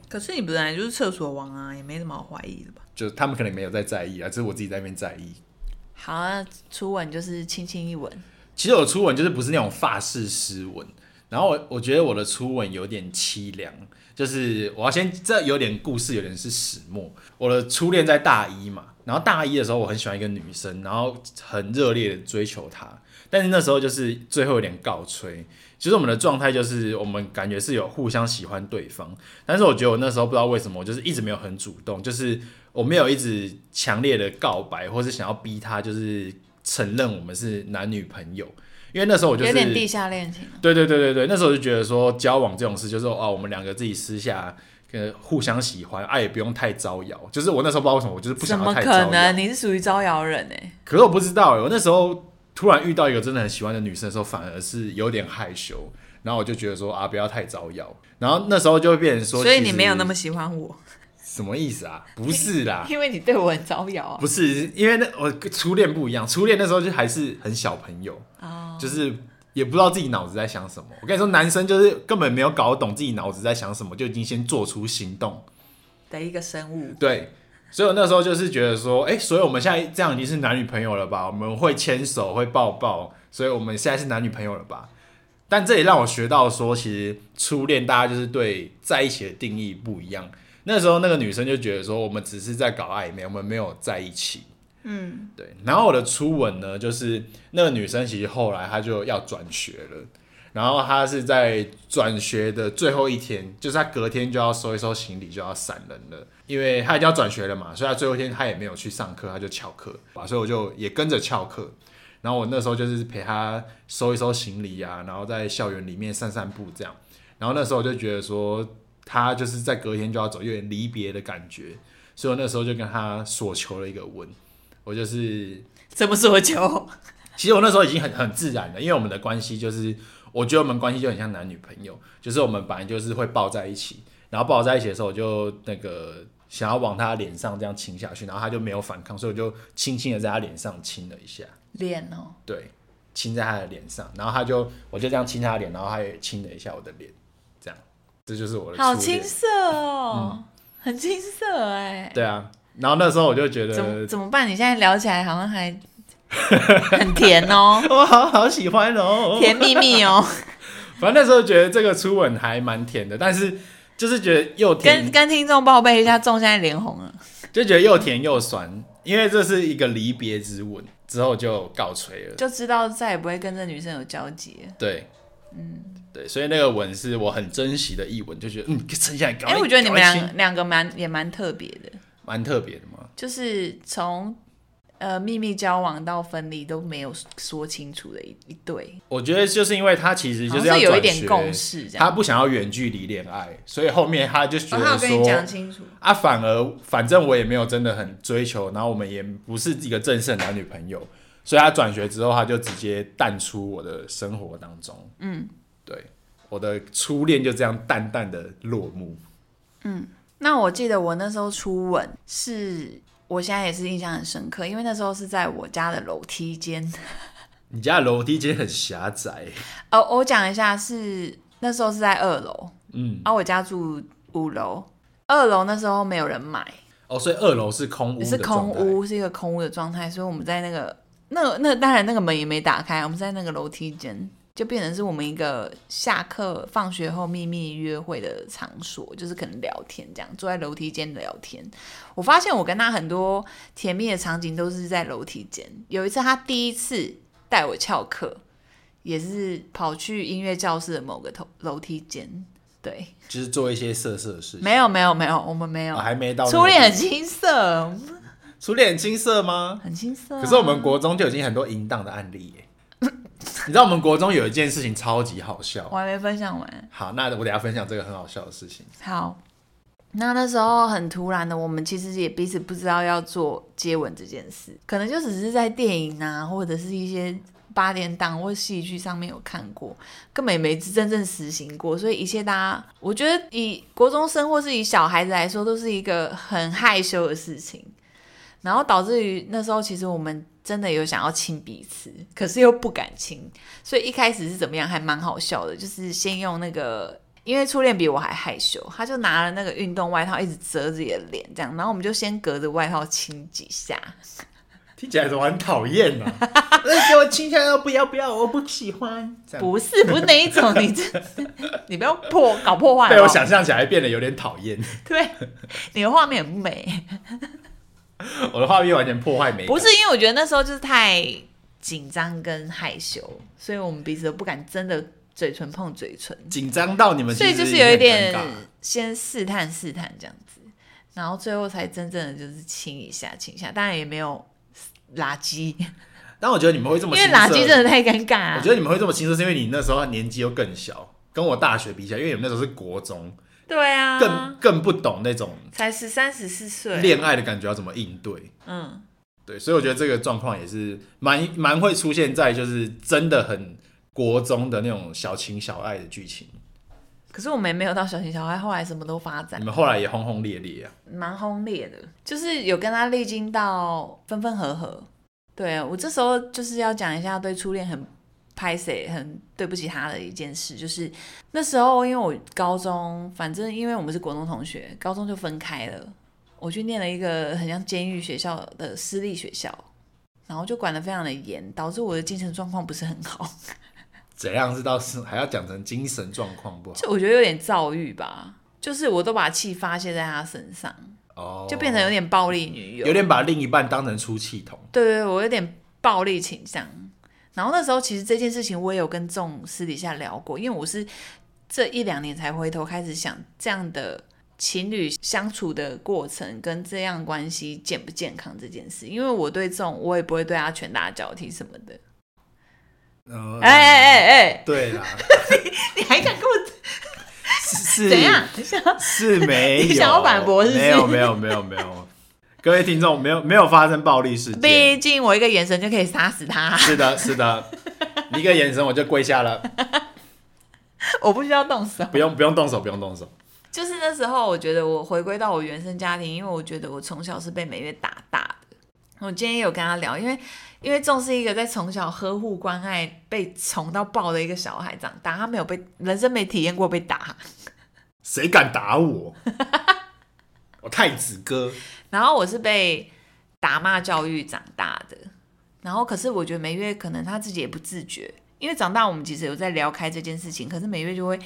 B: 可是你本来就是厕所王啊，也没什么好怀疑的吧？
A: 就他们可能没有在在意啊，只是我自己在那边在意。
B: 好啊，初吻就是轻轻一吻，
A: 其实我的初吻就是不是那种法式湿吻，然后我我觉得我的初吻有点凄凉，就是我要先这有点故事，有点是始末。我的初恋在大一嘛，然后大一的时候我很喜欢一个女生，然后很热烈的追求她，但是那时候就是最后有点告吹，其实我们的状态就是我们感觉是有互相喜欢对方，但是我觉得我那时候不知道为什么，我就是一直没有很主动，就是我没有一直强烈的告白，或是想要逼她就是承认我们是男女朋友，因为那时候我就是
B: 有点地下恋情啊。
A: 对对对对对，那时候就觉得说交往这种事，就是哦，我们两个自己私下呃互相喜欢，爱、也不用太招摇。就是我那时候不知道为什么，我就是不
B: 怎
A: 想要
B: 么
A: 太
B: 可
A: 招
B: 能？
A: 摇。
B: 你是属于招摇人哎、
A: 可是我不知道欸，我那时候突然遇到一个真的很喜欢的女生的时候，反而是有点害羞。然后我就觉得说啊，不要太招摇。然后那时候就会变成说，
B: 所以
A: 其
B: 你
A: 实
B: 没有那么喜欢我，
A: 什么意思啊？不是啦，
B: 因为你对我很招摇啊。
A: 不是，因为那我初恋不一样，初恋那时候就还是很小朋友，
B: 哦
A: 就是也不知道自己脑子在想什么。我跟你说，男生就是根本没有搞懂自己脑子在想什么，就已经先做出行动。
B: 的一个生物，
A: 对，所以我那时候就是觉得说，哎、所以我们现在这样已经是男女朋友了吧？我们会牵手，会抱抱，所以我们现在是男女朋友了吧？但这也让我学到说，其实初恋大家就是对在一起的定义不一样。那时候那个女生就觉得说，我们只是在搞暧昧，我们没有在一起。
B: 嗯，
A: 对，然后我的初吻呢，就是那个女生其实后来她就要转学了，然后她是在转学的最后一天，就是她隔天就要收一收行李就要散人了，因为她已经要转学了嘛，所以她最后一天她也没有去上课，她就翘课吧，所以我就也跟着翘课。然后我那时候就是陪她收一收行李啊，然后在校园里面散散步这样。然后那时候我就觉得说，她就是在隔天就要走，有点离别的感觉，所以我那时候就跟她索求了一个吻。我就是
B: 怎么说球？
A: 其实我那时候已经很很自然了，因为我们的关系就是，我觉得我们关系就很像男女朋友，就是我们本来就是会抱在一起，然后抱在一起的时候，我就那个想要往他脸上这样亲下去，然后他就没有反抗，所以我就轻轻的在他脸上亲了一下，
B: 脸哦，
A: 对，亲在他的脸上，然后他就我就这样亲他的脸，然后他也亲了一下我的脸，这样，这就是我的
B: 好
A: 初
B: 青
A: 恋
B: 涩
A: 嗯
B: 哦，很青涩哎、
A: 对啊，然后那时候我就觉
B: 怎么
A: 得，
B: 怎么办？你现在聊起来好像还很甜 哦，
A: 我好好喜欢哦，
B: 甜蜜蜜哦，
A: 反正那时候觉得这个初吻还蛮甜的，但是就是觉得又 甜
B: 跟跟听众报备一下，仲现在脸红了。
A: 就觉得又甜又酸，因为这是一个离别之吻，之后就告吹了。
B: 就知道再也不会跟这女生有交集了。
A: 对，嗯，对，所以那个吻是我很珍惜的一吻，就觉得嗯，剩下来搞。
B: 哎、我觉得你们
A: 赶快亲
B: 两两个蛮也蛮特别的，
A: 蛮特别的嘛。
B: 就是从呃秘密交往到分离都没有说清楚的一一对，
A: 我觉得就是因为他其实
B: 好
A: 就是
B: 像
A: 要
B: 是有
A: 转
B: 一点
A: 学
B: 共识这样。
A: 他不想要远距离恋爱，所以后面他就觉
B: 哦他
A: 得
B: 有跟你
A: 说
B: 讲清楚，
A: 啊，反而反正我也没有真的很追求，然后我们也不是一个正式的男女朋友，所以他转学之后他就直接淡出我的生活当中。嗯，对，我的初恋就这样淡淡的落幕。
B: 那我记得我那时候初吻是，我现在也是印象很深刻，因为那时候是在我家的楼梯间。
A: 你家的楼梯间很狭窄，
B: 哦，我讲一下是那时候是在二楼，
A: 嗯，
B: 啊，我家住五楼，二楼那时候没有人买，
A: 哦，所以二楼是空屋的
B: 是
A: 状
B: 空
A: 态，
B: 屋，是一个空屋的状态，所以我们在那个那那当然那个门也没打开，我们在那个楼梯间。就变成是我们一个下课、放学后秘密约会的场所，就是可能聊天这样，坐在楼梯间聊天。我发现我跟他很多甜蜜的场景都是在楼梯间。有一次他第一次带我翘课，也是跑去音乐教室的某个头楼梯间。对，
A: 就是做一些色色的事情。
B: 没有没有没有，我们没有
A: 啊、。还没到那个
B: 初恋很青涩，
A: 初恋很青涩吗？
B: 很青涩啊、
A: 可是我们国中就已经很多淫荡的案例耶。 你知道我们国中有一件事情超级好笑。
B: 我还没分享完。
A: 好，那我等一下分享这个很好笑的事情。
B: 好，那那时候很突然的，我们其实也彼此不知道要做接吻这件事，可能就只是在电影啊，或者是一些八点档或戏剧上面有看过，根本也没真正实行过，所以一切大家，我觉得以国中生或是以小孩子来说，都是一个很害羞的事情，然后导致于那时候其实我们。真的有想要亲彼此，可是又不敢亲，所以一开始是怎么样，还蛮好笑的。就是先用那个因为初恋比我还害羞，他就拿了那个运动外套一直遮自己的脸，这样，然后我们就先隔着外套亲几下，
A: 听起来怎么很讨厌呢？ 那给我亲一下，要不要不要，我不喜欢。这样
B: 不是不是那一种，你这你不要破搞破坏好不好，
A: 被我 想象起来变得有点讨厌，
B: 对，你的画面很美，
A: 我的画面完全破坏美感。
B: 不是因为我觉得那时候就是太紧张跟害羞，所以我们彼此都不敢真的嘴唇碰嘴唇，
A: 紧张到你们其
B: 所
A: 实
B: 以
A: 已经很尴尬，
B: 就是有一点先试探试探这样子，然后最后才真正的就是亲一下亲一下，当然也没有垃圾。
A: 但我觉得你们会这么
B: 因为
A: 青涩
B: 垃圾真的太尴尬、啊。
A: 我觉得你们会这么青涩，是因为你那时候年纪又更小，跟我大学比起来，因为你们那时候是国中，
B: 对啊，
A: 更更不懂那种
B: 才十三十四岁，
A: 恋爱的感觉要怎么应对。
B: 嗯，
A: 对，所以我觉得这个状况也是蛮蛮会出现在就是真的很国中的那种小情小爱的剧情。
B: 可是我们也没有到小情小爱，后来什么都发展
A: 你，们后来也轰轰烈烈啊，
B: 蛮轰烈的，就是有跟他历经到分分合合。对啊我这时候就是要讲一下对初恋很拍谁很对不起他的一件事，就是那时候因为我高中，反正因为我们是国中同学，高中就分开了。我去念了一个很像监狱学校的私立学校，然后就管得非常的严，导致我的精神状况不是很好。
A: 怎样是到是还要讲成精神状况不好
B: 就我觉得有点躁郁吧，就是我都把气发泄在他身上，
A: 哦，
B: 就变成有点暴力女友。
A: 有点把另一半当成出气筒。
B: 对对，对我有点暴力倾向。然后那时候其实这件事情我也有跟仲私底下聊过，因为我是这一两年才回头开始想这样的情侣相处的过程跟这样关系健不健康这件事，因为我对仲我也不会对他拳打脚踢什么的。
A: 呃，
B: 哎哎哎哎，
A: 对 啦，
B: 你还敢跟我
A: 是
B: 怎样？你想要
A: 是没有，
B: 你想要反驳是不是
A: 没有没有没有没有。各位听众没有没有发生暴力事件，
B: 毕竟我一个眼神就可以杀死他，
A: 是的，是的，你一个眼神我就跪下了，
B: 我不需要动手。
A: 不用不用动手，不用动手，
B: 就是那时候，我觉得我回归到我原生家庭，因为我觉得我从小是被美月打大的。我今天也有跟他聊，因为因为仲是一个在从小呵护关爱、被宠到爆的一个小孩长大，他没有被人生没体验过被打。
A: 谁敢打 我？我太子哥，
B: 然后我是被打骂教育长大的，然后可是我觉得梅月可能她自己也不自觉，因为长大我们其实有在聊开这件事情，可是梅月就会，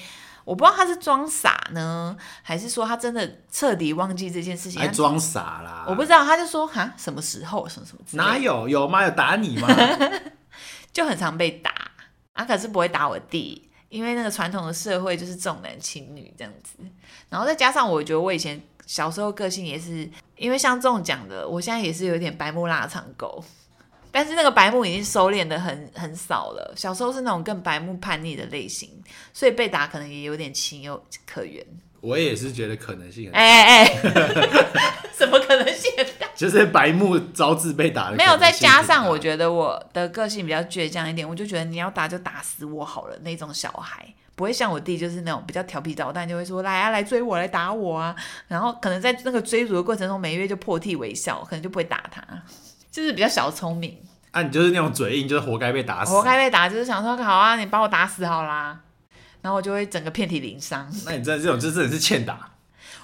B: 我不知道她是装傻呢，还是说她真的彻底忘记这件事情
A: 还，
B: 她
A: 装傻啦？
B: 啊我不知道，她就说哈什么时候什么什么之类的
A: 啊哪有有吗？有打你 吗？
B: 就很常被打啊，可是不会打我弟，因为那个传统的社会就是重男轻女这样子。然后再加上我觉得我以前小时候个性也是，因为像这种讲的，我现在也是有点白目腊肠狗， 但是那个白目已经收敛的很很少了。小时候是那种更白目叛逆的类型，所以被打可能也有点情有可原。
A: 我也是觉得可能性很，
B: 哎哎哎， 怎么可能现在？
A: 就是白目招致被打的可能性
B: 没
A: 很大，
B: 有，再加上我觉得我的个性比较倔强一点，我就觉得你要打就打死我好了那种小孩，不会像我弟就是那种比较调皮捣蛋，就会说来啊来追我来打我啊，然后可能在那个追逐的过程中，每月就破涕为笑，可能就不会打他，就是比较小聪明，
A: 啊，你就是那种嘴硬，就是活该被打死，
B: 活该被打，就是想说好啊，你把我打死好啦，然后我就会整个遍体鳞伤。
A: 那你真的这种，就真的是欠打。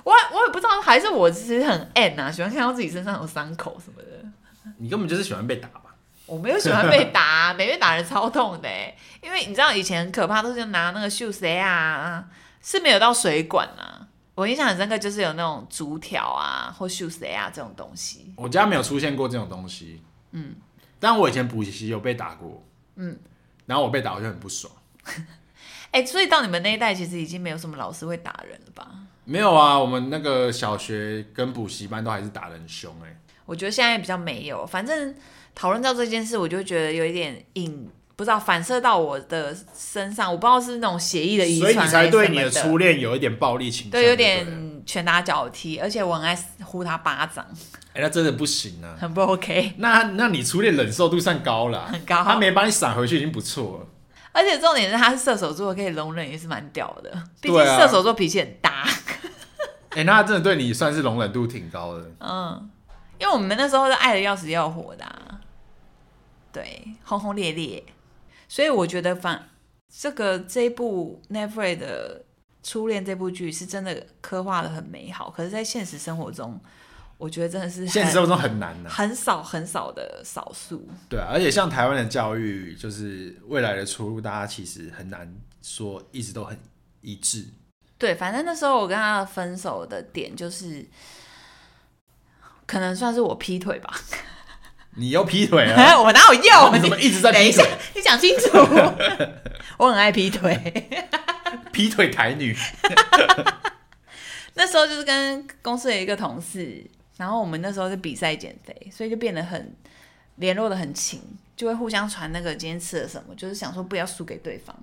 B: 我我也不知道，还是我其实很 N 啊，喜欢看到自己身上有伤口什么的。
A: 你根本就是喜欢被打吧？
B: 我没有喜欢被打，每月打人超痛的欸，因为你知道以前很可怕都是拿那个秀谁啊，是没有到水管啊。我印象很深刻就是有那种竹条啊或秀谁啊这种东西，
A: 我家没有出现过这种东西。嗯，但我以前补习有被打过。嗯，然后我被打我就很不爽。
B: 哎、所以到你们那一代其实已经没有什么老师会打人了吧？
A: 没有啊，我们那个小学跟补习班都还是打得很凶哎、
B: 我觉得现在比较没有，反正讨论到这件事，我就觉得有一点引，不知道反射到我的身上，我不知道是那种血液的遗
A: 所以你
B: 传还是什么
A: 才
B: 的，
A: 对你的初恋有一点暴力倾向，
B: 对
A: 对不对
B: 有点拳打脚踢，而且我很爱呼他巴掌，
A: 哎、那真的不行啊。
B: 很不 OK。
A: 那那你初恋忍受度算高了，
B: 很高
A: 他没把你闪回去已经不错了。
B: 而且重点是他是射手座，可以容忍也是蛮屌的。毕竟
A: 对啊
B: 射手座脾气很大，
A: 哎、那他真的对你算是容忍度挺高的。
B: 嗯，因为我们那时候是爱的要死要活的、啊，对，轰轰烈烈。所以我觉得反这个这一部 Netflix 的《初恋》这部剧是真的刻画的很美好，可是，在现实生活中，我觉得真的是很
A: 现实生活中很难呐、啊
B: 很少很少的少数。
A: 对啊，而且像台湾的教育，就是未来的出路，大家其实很难说一直都很一致。
B: 对，反正那时候我跟他分手的点就是，可能算是我劈腿吧。
A: 你又劈腿了，
B: 哎，我哪有用？
A: 你怎么一直在
B: 等一
A: 劈
B: 下
A: 腿？，
B: 你讲清楚。 我很爱劈腿，
A: 劈腿台女，
B: 那时候就是跟公司的一个同事，然后我们那时候是比赛减肥，所以就变得很联络的很勤，就会互相传那个今天吃了什么，就是想说不要输给对方，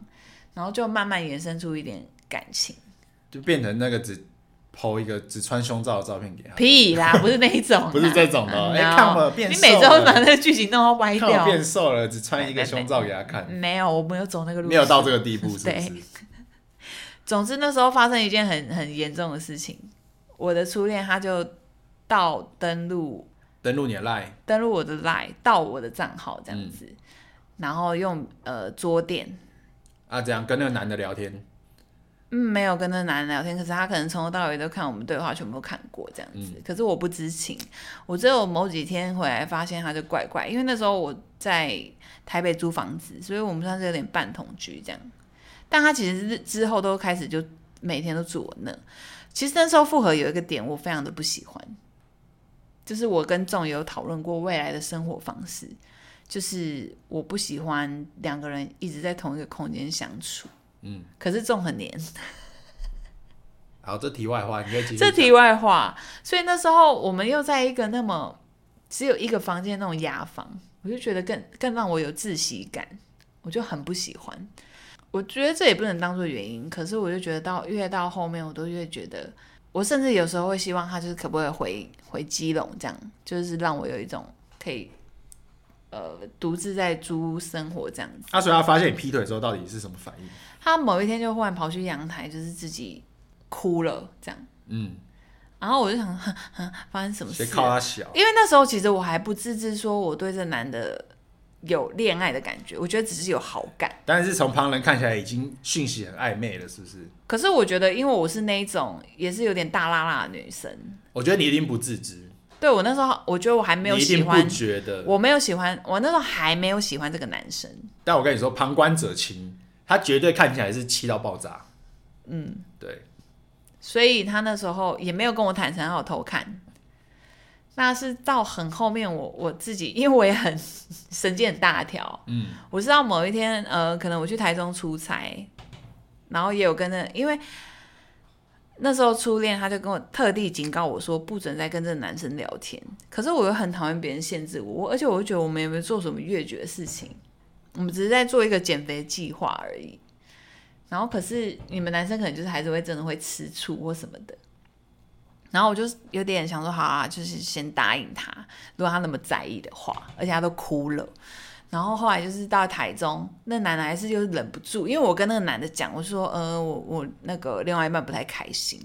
B: 然后就慢慢延伸出一点感 情。
A: 就变成那个只剖一个只穿胸罩的照片给他，
B: 屁啦，不是那一种啦，
A: 不是这种的 哦哎
B: No
A: 看我变
B: 你
A: 瘦
B: 每周
A: 了
B: 把那个剧情弄到歪
A: 看我
B: 掉。
A: 变瘦了，只穿一个胸罩给他看，
B: 没有，我没有走那个路线，
A: 没有到这个地步，是不
B: 对
A: 是？
B: 总之那时候发生一件很很严重的事情，我的初恋他就盗登录
A: 登录你的 line，
B: 登录我的 line，盗我的账号这样子，然后用呃桌垫，
A: 啊，这样跟那个男的聊天，
B: 嗯，没有跟那个男人聊天，可是他可能从头到尾都看我们对话，全部都看过这样子。可是我不知情，我只有某几天回来发现他就怪怪，因为那时候我在台北租房子，所以我们算是有点半同居这样。但他其实是之后都开始就每天都住我那。其实那时候复合有一个点我非常的不喜欢，就是我跟仲也有讨论过未来的生活方式，就是我不喜欢两个人一直在同一个空间相处。
A: 嗯，
B: 可是仲很黏，
A: 好，这题外话，你可以继续
B: 这
A: 讲。
B: 题外话，所以那时候我们又在一个那么只有一个房间那种雅房，我就觉得更更让我有窒息感，我就很不喜欢。我觉得这也不能当做原因，可是我就觉得到越到后面，我都越觉得我甚至有时候会希望他就是可不可以回回基隆，这样就是让我有一种可以呃独自在租屋生活这样子。
A: 啊，所以他发现你劈腿之后到底是什么反应？
B: 他某一天就忽然跑去阳台，就是自己哭了这样，
A: 嗯，
B: 然后我就想，哼哼，发生什么事
A: 谁
B: 了？
A: 靠他小？
B: 因为那时候其实我还不自知说我对这男的有恋爱的感觉，我觉得只是有好感。
A: 但是从旁人看起来已经讯息很暧昧了，是不是？
B: 可是我觉得，因为我是那一种也是有点大辣辣的女生，
A: 我觉得你一定不自知，
B: 对我那时候我觉得我还没有
A: 你一
B: 喜
A: 定不
B: 欢，
A: 觉得。
B: 我没有喜欢，我那时候还没有喜欢这个男生。
A: 但我跟你说，旁观者清，他绝对看起来是气到爆炸。嗯，对，
B: 所以他那时候也没有跟我坦诚，他有偷看。那是到很后面我，我自己，因为我也很神经很大条，
A: 嗯，
B: 我是到某一天，呃，可能我去台中出差，然后也有跟那，因为那时候初恋，他就跟我特地警告我说，不准再跟这个男生聊天。可是我又很讨厌别人限制我，我而且我又觉得我们也没有做什么越矩的事情，我们只是在做一个减肥计划而已。然后可是你们男生可能就是还是会真的会吃醋或什么的。然后我就有点想说，好啊，就是先答应他，如果他那么在意的话，而且他都哭了。然后后来就是到台中，那男的还是就是忍不住，因为我跟那个男的讲，我说，呃，我我那个另外一半不太开心。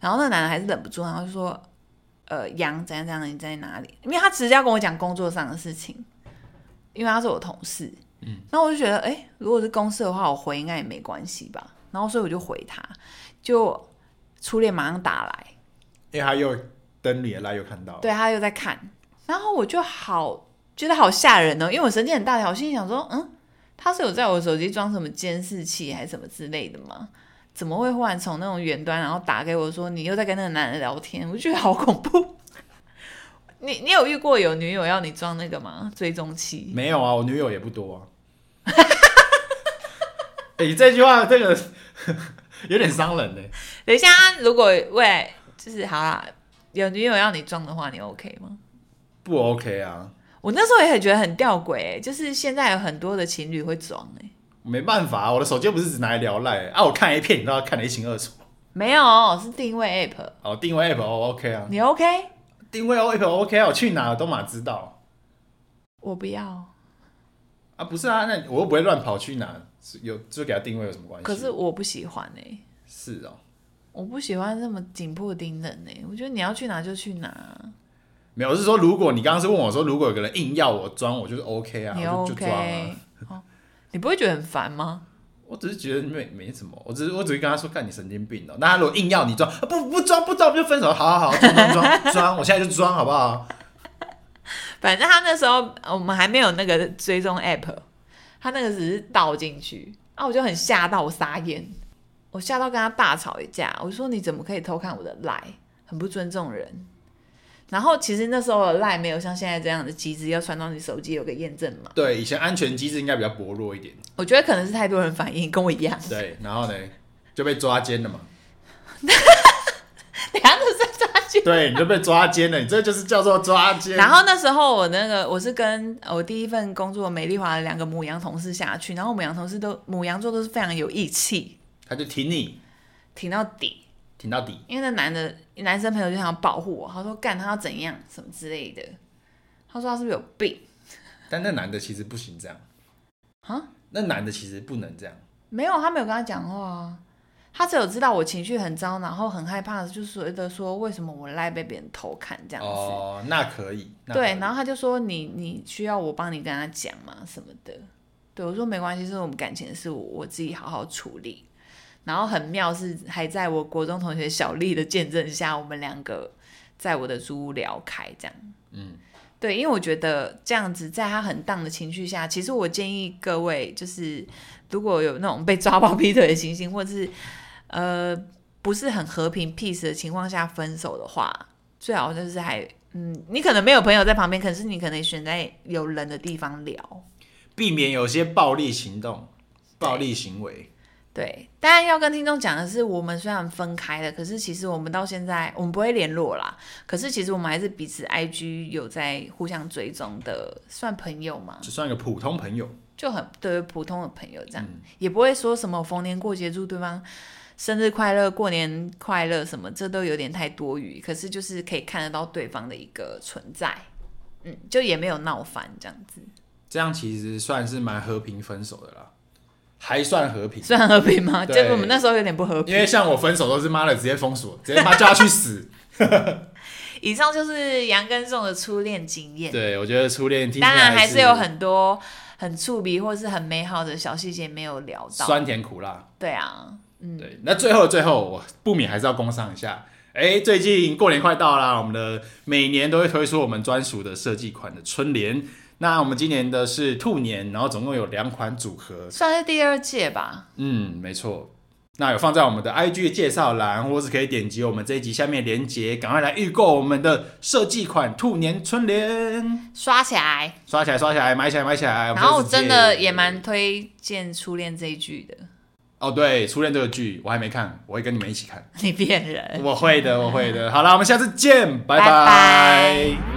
B: 然后那男的还是忍不住，然后就说，呃，杨怎样怎样，你在哪里？因为他直接要跟我讲工作上的事情，因为他是我同事。然后我就觉得，哎、如果是公司的话，我回应该也没关系吧。然后所以我就回他，就初恋马上打来，
A: 因为他又登你的来又看到，
B: 对他又在看，然后我就好觉得好吓人哦，因为我神经很大条，我心里想说，嗯，他是有在我手机装什么监视器还是什么之类的吗？怎么会忽然从那种远端然后打给我说你又在跟那个男人聊天？我就觉得好恐怖。 你你有遇过有女友要你装那个吗？追踪器？
A: 没有啊，我女友也不多啊。 哎、你这句话这个 有点伤人呢、
B: 等一下，啊如果未来就是好啦，有女友要你装的话，你 OK 吗？
A: 不 OK 啊，
B: 我那时候也很觉得很吊诡、欸，就是现在有很多的情侣会装哎、
A: 没办法、啊，我的手机又不是只拿来聊赖、啊，我看 A 片你都要看得一清二楚。
B: 没有，是定位 app，
A: 哦，定位 app 我 OK 啊，
B: 你 OK？
A: 定位 app 我 OK 啊，我去哪都马知道
B: 我不要，
A: 啊，不是啊，那我又不会乱跑去哪，是有就给他定位有什么关系？
B: 可是我不喜欢哎、
A: 是哦，
B: 我不喜欢这么紧迫盯人哎、我觉得你要去哪啊就去哪，
A: 没有，我是说如果你刚刚是问我说，如果有个人硬要我装，我就是 OK 啊，
B: 你
A: 我就就
B: OK？
A: 装啊。
B: 哦，你不会觉得很烦吗？
A: 我只是觉得没没什么，我只是我只是跟他说，干你神经病哦、那他如果硬要你装，啊不不装不装不就分手？好好好，装装装装，我现在就装好不好？
B: 反正他那时候呃我们还没有那个追踪 app，他那个只是倒进去，啊，我就很吓到，我傻眼，我吓到跟他大吵一架，我说你怎么可以偷看我的赖，很不尊重人。然后其实那时候的赖没有像现在这样的机制，要传到你手机有个验证码。
A: 对，以前安全机制应该比较薄弱一点，
B: 我觉得可能是太多人反应跟我一样，
A: 对，然后呢就被抓奸了嘛，
B: 等下都是在抓去。
A: 对，你就被抓奸了，你这就是叫做抓奸。
B: 然后那时候我那个我是跟我第一份工作美丽华的两个母羊同事下去，然后母羊同事都母羊座都是非常有义气，
A: 他就挺你
B: 挺到底。
A: 挺到底，
B: 因为那男的男生朋友就想要保护我，他说干他要怎样什么之类的，他说他是不是有病？
A: 但那男的其实不行这样
B: 啊，
A: 那男的其实不能这样，
B: 没有，他没有跟他讲话啊，他只有知道我情绪很糟，然后很害怕，就是觉得说为什么我赖被别人偷看这样子。
A: 哦，那可以，那可以
B: 对，然后他就说你你需要我帮你跟他讲吗？什么的。对我说没关系，是我们感情的事，我我自己好好处理。然后很妙是还在我国中同学小丽的见证下，我们两个在我的租屋聊开这样。
A: 嗯，
B: 对，因为我觉得这样子，在他很荡的情绪下，其实我建议各位，就是如果有那种被抓包劈腿的情形，或者是呃不是很和平 peace 的情况下分手的话，最好就是还嗯，你可能没有朋友在旁边，可是你可能选在有人的地方聊。
A: 避免有些暴力行动、暴力行为。
B: 对，当然要跟听众讲的是，我们虽然分开了，可是其实我们到现在我们不会联络啦。可是其实我们还是彼此 IG 有在互相追踪的，算朋友嘛，
A: 就算一个普通朋友，
B: 就很对普通的朋友这样，也不会说什么逢年过节祝对方生日快乐、过年快乐什么，这都有点太多余。可是就是可以看得到对方的一个存在，嗯，就也没有闹翻这样子，
A: 这样其实算是蛮和平分手的啦，还算和平。
B: 算和平吗？
A: 对
B: 就我们那时候有点不和
A: 因
B: 平。
A: 为像我分手都是妈的直接封锁，直接妈叫他去 死。
B: 以上就是杨根颂的初恋经验，
A: 对，我觉得初恋听起来
B: 当然还
A: 是
B: 是有很多很触鼻或是很美好的小细节没有聊到。
A: 酸甜苦辣。
B: 对啊，
A: 对，那最后的最后，我不免还是要工商一下。哎，最近过年快到啦，我们的每年都会推出我们专属的设计款的春联。那我们今年的是兔年，然后总共有两款组合。
B: 算是第二届吧。
A: 嗯，没错。那有放在我们的 IG 的介绍栏，或是可以点击我们这一集下面连接，赶快来预购我们的设计款兔年春联，
B: 刷起来，
A: 刷起来，刷起来，买起来，买起来。
B: 然后
A: 我
B: 我
A: 们下次
B: 真
A: 见
B: 的也蛮推荐《初恋》这一句的。
A: 哦，对，初恋这个剧我还没看，我会跟你们一起看。
B: 你骗人。
A: 我会的，我会的。好了，我们下次见，拜
B: 拜
A: 拜
B: 拜